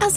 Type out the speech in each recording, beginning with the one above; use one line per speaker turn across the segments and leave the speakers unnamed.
As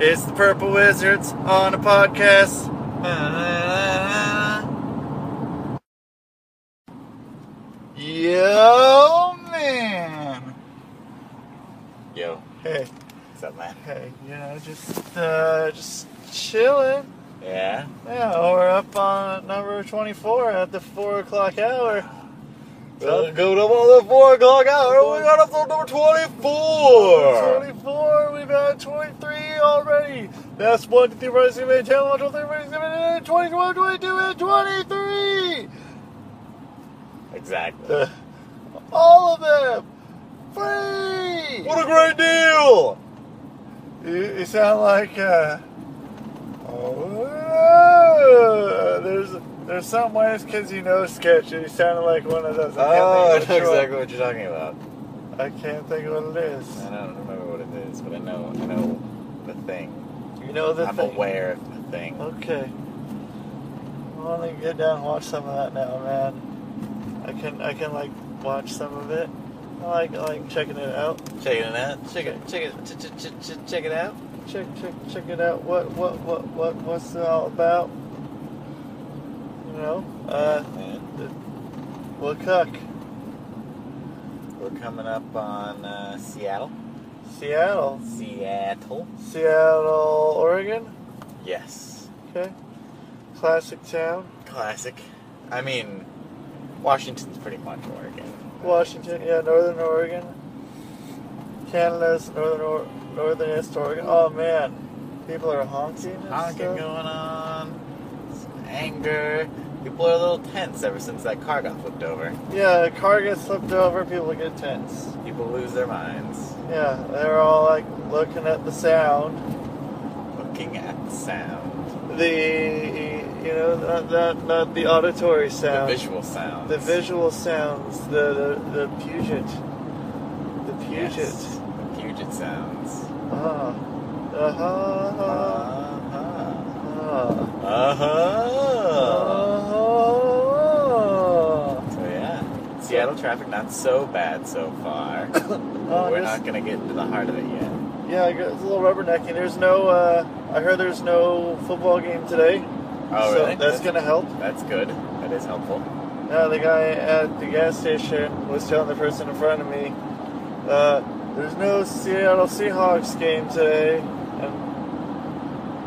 It's the Purple Wizards on a podcast. Yo, man.
Yo,
Hey,
what's up, man?
hey, you know, just uh, just chilling.
Yeah,
Yeah, we're up on number twenty-four at the four o'clock hour.
so go to all the four o'clock hour. We got up to number twenty-four.
Twenty-four. We've had twenty-three already. That's one, two, three, four, six, eight, ten, one, two, three, four, six, seven, eight, twenty-one, twenty-two, and twenty-three.
Exactly.
All of them! Free!
What a great deal!
You, you sound like, uh. Oh, there's there's some ways kids you know sketch, and you sounded like one of those.
Oh, I
I can't
know
think of which
exactly what you're talking about.
one. I can't think of what it is.
I don't remember what it is, but I know, I know the thing.
You know the
I'm
thing.
aware of the thing.
Okay. I want to get down and watch some of that now, man. I can I can like watch some of it. I like I like checking it out.
Check it out. Check it. Check it. Check, check, check, check, check it out.
Check check check it out. What what what what what's it all about? You know, uh,
Yeah.
what cuck?
We're coming up on uh, Seattle.
Seattle,
Seattle.
Seattle, Oregon.
Yes.
Okay, classic town.
Classic. I mean, Washington's pretty much Oregon.
Washington, yeah, Northern Oregon. Canada's northern or- northernest Oregon. Oh man, people are honking and
honking
stuff.
going on, some anger. People are a little tense ever since that car got flipped over.
Yeah, a car gets flipped over, people get tense.
People lose their minds
Yeah, they're all like looking at the sound.
looking at the sound,
the you know not not, not the auditory
the
sound,
visual sound.
the visual sounds, the the, the Puget, the Puget.
Yes, the Puget sounds.
Ah, uh-huh,
Uh-huh.
ah,
Uh-huh.
ah.
So yeah, Seattle traffic not so bad so far.
Oh,
We're
there's-
not gonna get to the heart of it yet.
Yeah, I got- it's a little rubbernecking. There's no. Uh, I heard there's no football game today.
Oh
so
really?
That's gonna help.
That's good. That is helpful.
No, Uh, the guy at the gas station was telling the person in front of me, uh, there's no Seattle Seahawks game today. And,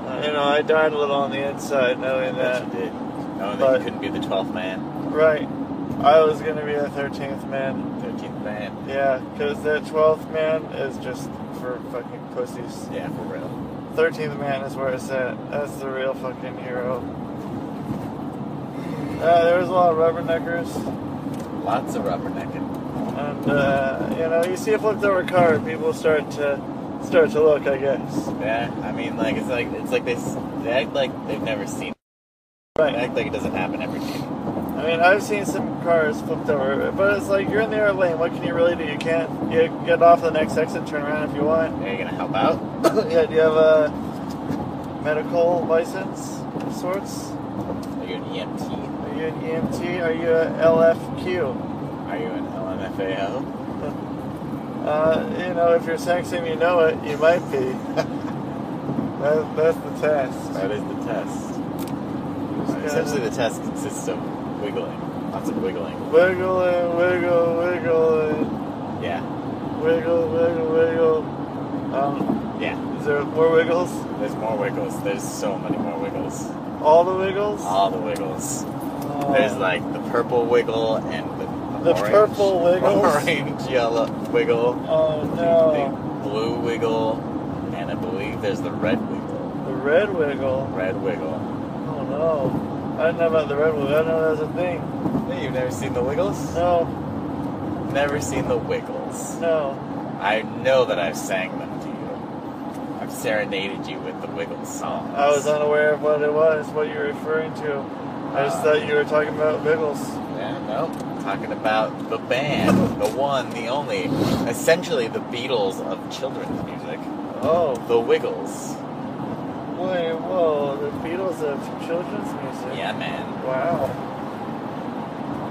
uh, you know, I died a little on the inside knowing
That
that.
you did. Knowing that
But-
you couldn't be the 12th man,
Right. I was going to be the 13th man.
13th man.
Yeah, because that 12th man is just for fucking pussies.
Yeah, for real.
13th man is where it's at. That's the real fucking hero. Uh, there was a lot of rubberneckers.
Lots of rubbernecking.
And uh, you know, you see a flipped over car, people start to start to look. I guess.
Yeah, I mean, like it's like it's like they, s- they act like they've never seen. They
Right.
act like it doesn't happen every day.
I mean, I've seen some cars flipped over, but it's like you're in the other lane. What can you really do? You can't. You get off the next exit, turn around if you want.
Are you gonna help out?
yeah. Do you have a medical license of sorts?
Are you an E EMT?
Are you an EMT? Are you a LFQ?
Are you an LMFAO?
Uh, you know, if you're sexy and you know it, you might be. that, that's the test.
That is the test.
gotta-
Essentially, the test consists of wiggling. Lots of wiggling.
Wiggle it, wiggle, wiggle it.
Yeah.
Wiggle, wiggle, wiggle. Um,
Yeah,
Is there more wiggles?
there's more wiggles. There's so many more wiggles.
All the wiggles?
All the wiggles. Oh, There's like the purple wiggle and the,
Oh. The purple wiggles?
orange, yellow wiggle,
Oh no.
the blue wiggle, and I believe there's the red wiggle.
The red wiggle?
Red wiggle.
Oh no. I didn't know about the red wiggle. I didn't know that was a thing.
Hey, you've never seen the wiggles?
No,
Never seen the wiggles.
no.
I know that I've sang them to you. I've serenaded you with the Wiggles songs.
I was unaware of what it was, what you were referring to. I
Ah.
just thought you were talking about wiggles.
Yeah, no. Talking about the band, the one, the only, essentially the Beatles of children's music,
Oh,
the Wiggles.
wait, whoa. The Beatles of children's music.
Yeah, man.
Wow.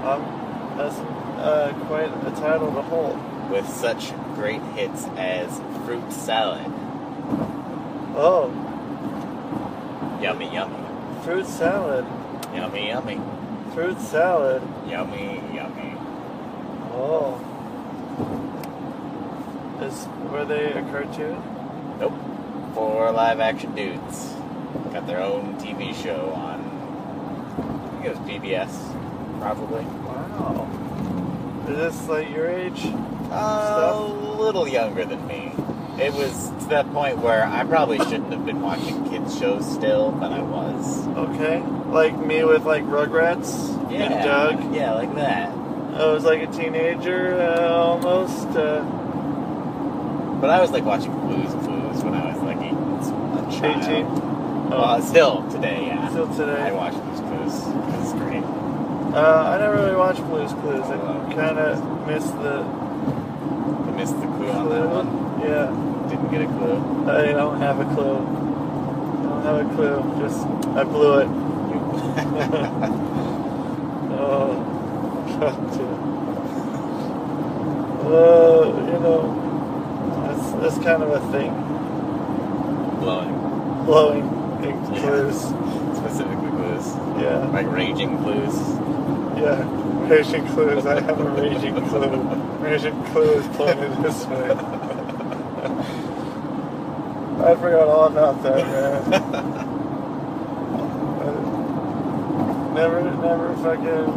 Um, that's uh, quite a title to hold.
With such great hits as Fruit Salad,
Oh,
Yummy Yummy,
fruit salad.
Yummy Yummy,
Fruit salad.
Yummy Yummy.
Oh. Is, were they a cartoon?
Nope. Four live action dudes. Got their own TV show on, I think it was PBS, probably.
Wow. Is this like your age?
a little younger than me. It was to that point where I probably shouldn't have been watching kids shows still, but I was.
Okay. Like me with like Rugrats
Yeah,
and Doug.
Yeah, like that.
I was like a teenager uh, almost. Uh,
But I was like watching Blues Clues when I was like eight, a child.
18. Oh.
Uh, still today, yeah.
Still today.
I watch Blues Clues. It's great.
Uh, I never really watched Blues Clues. I kind of missed the.
I missed the clue on that one.
Yeah,
Didn't get a clue.
I don't have a clue. I don't have a clue. Just I blew it. oh, God, dude. Well, you know, that's that's kind of a thing.
Blowing.
Blowing big
Yeah.
clues.
Specifically clues.
Yeah,
Like raging clues.
yeah. Raging clues. I have a raging clue. Raging clue is pointed this way. I forgot all about that, man. Never, never fucking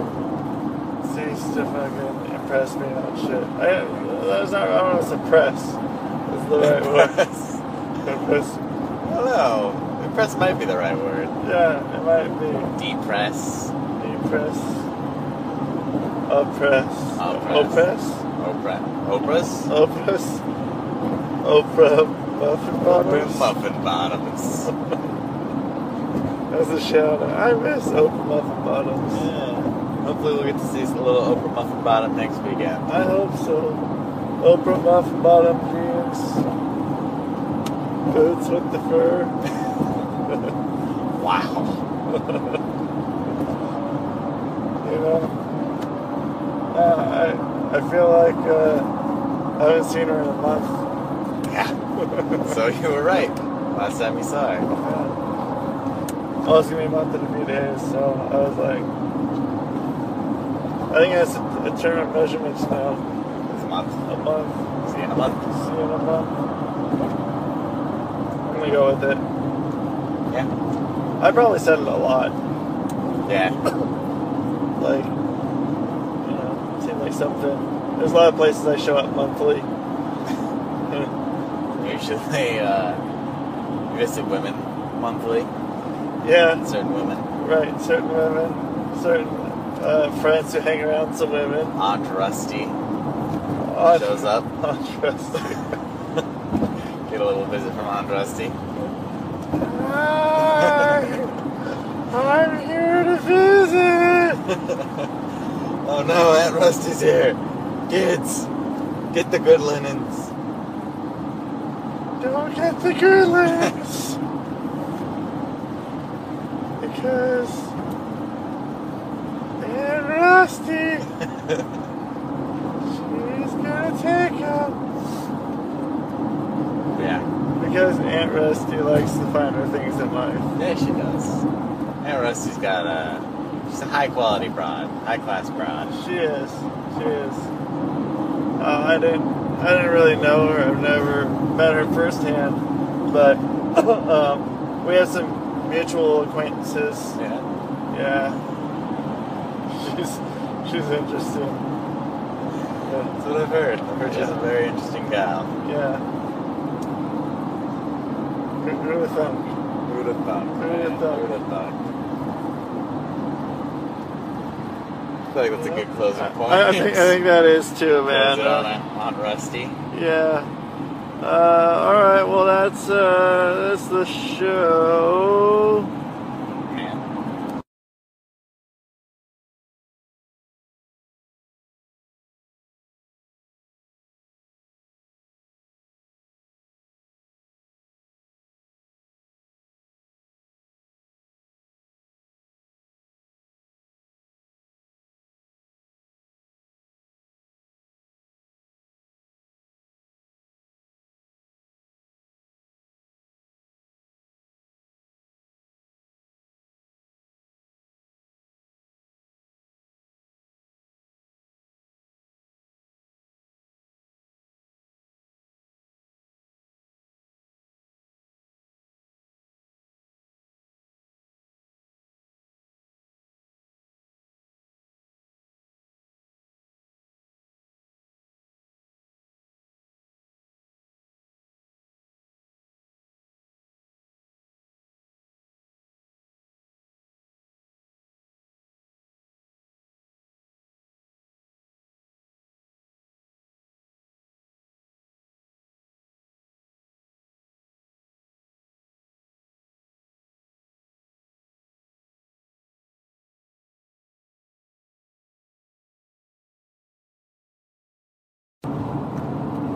cease to fucking impress me on shit. I, that's not, I don't know, suppress is the right word.
I
impress.
don't know. Impress might be the right word.
Yeah, it might
Depress.
be. Impress. Oppress.
Oppress. Oprah. Oprah's?
Oppress. Oppress. Oprah. Muffin
Oprah
Bottoms.
Muffin Bottoms.
That's a shout out. I miss Oprah Muffin Bottoms.
Hopefully we'll get to see some little Oprah Muffin Bottom next weekend.
I hope so. Oprah Muffin Bottom jeans. Boots with the fur.
Wow.
you know. Uh, I I feel like uh, I haven't seen her in a month.
Yeah. so you were right. Last time we saw her.
Yeah. Oh, it's gonna be a month and a few days, so I was like, I think that's a, a term of measurements now.
It's a month.
A month,
See you in a month.
see you in a month. I'm gonna go with it.
Yeah.
I probably said it a lot.
Yeah.
Like, you know, it seemed like something. There's a lot of places I show up monthly.
Usually uh, visit women monthly.
yeah.
Certain women.
Right, certain women, certain uh, friends who hang around some women.
Aunt Rusty
Odd,
shows up.
odd dressed.
Get a little visit from Aunt Rusty.
I'm here to visit.
Oh no, Aunt Rusty's here. Kids, get the good linens.
Don't get the girlings. because Aunt Rusty, she's gonna take them.
Yeah.
Because Aunt Rusty likes the finer things in life.
Yeah, she does. Aunt Rusty's got a, she's a high quality broad, high class broad.
She is. She is. Uh, I didn't. I didn't really know her. I've never met her firsthand. but um, we have some mutual acquaintances.
Yeah.
Yeah, she's she's interesting. Yeah,
That's what I've heard. I've heard she's a very interesting gal.
yeah. Who- who would've thunk?
Who'd have thought?
Who'd have thunk?
Who'd have thought? I feel like that's a good closing point.
I, I think I think that is too, man. Uh,
Close it on, on Rusty.
Yeah. Uh, all right. Well, that's uh, that's the show.
Man.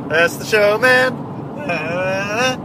That's the show, man.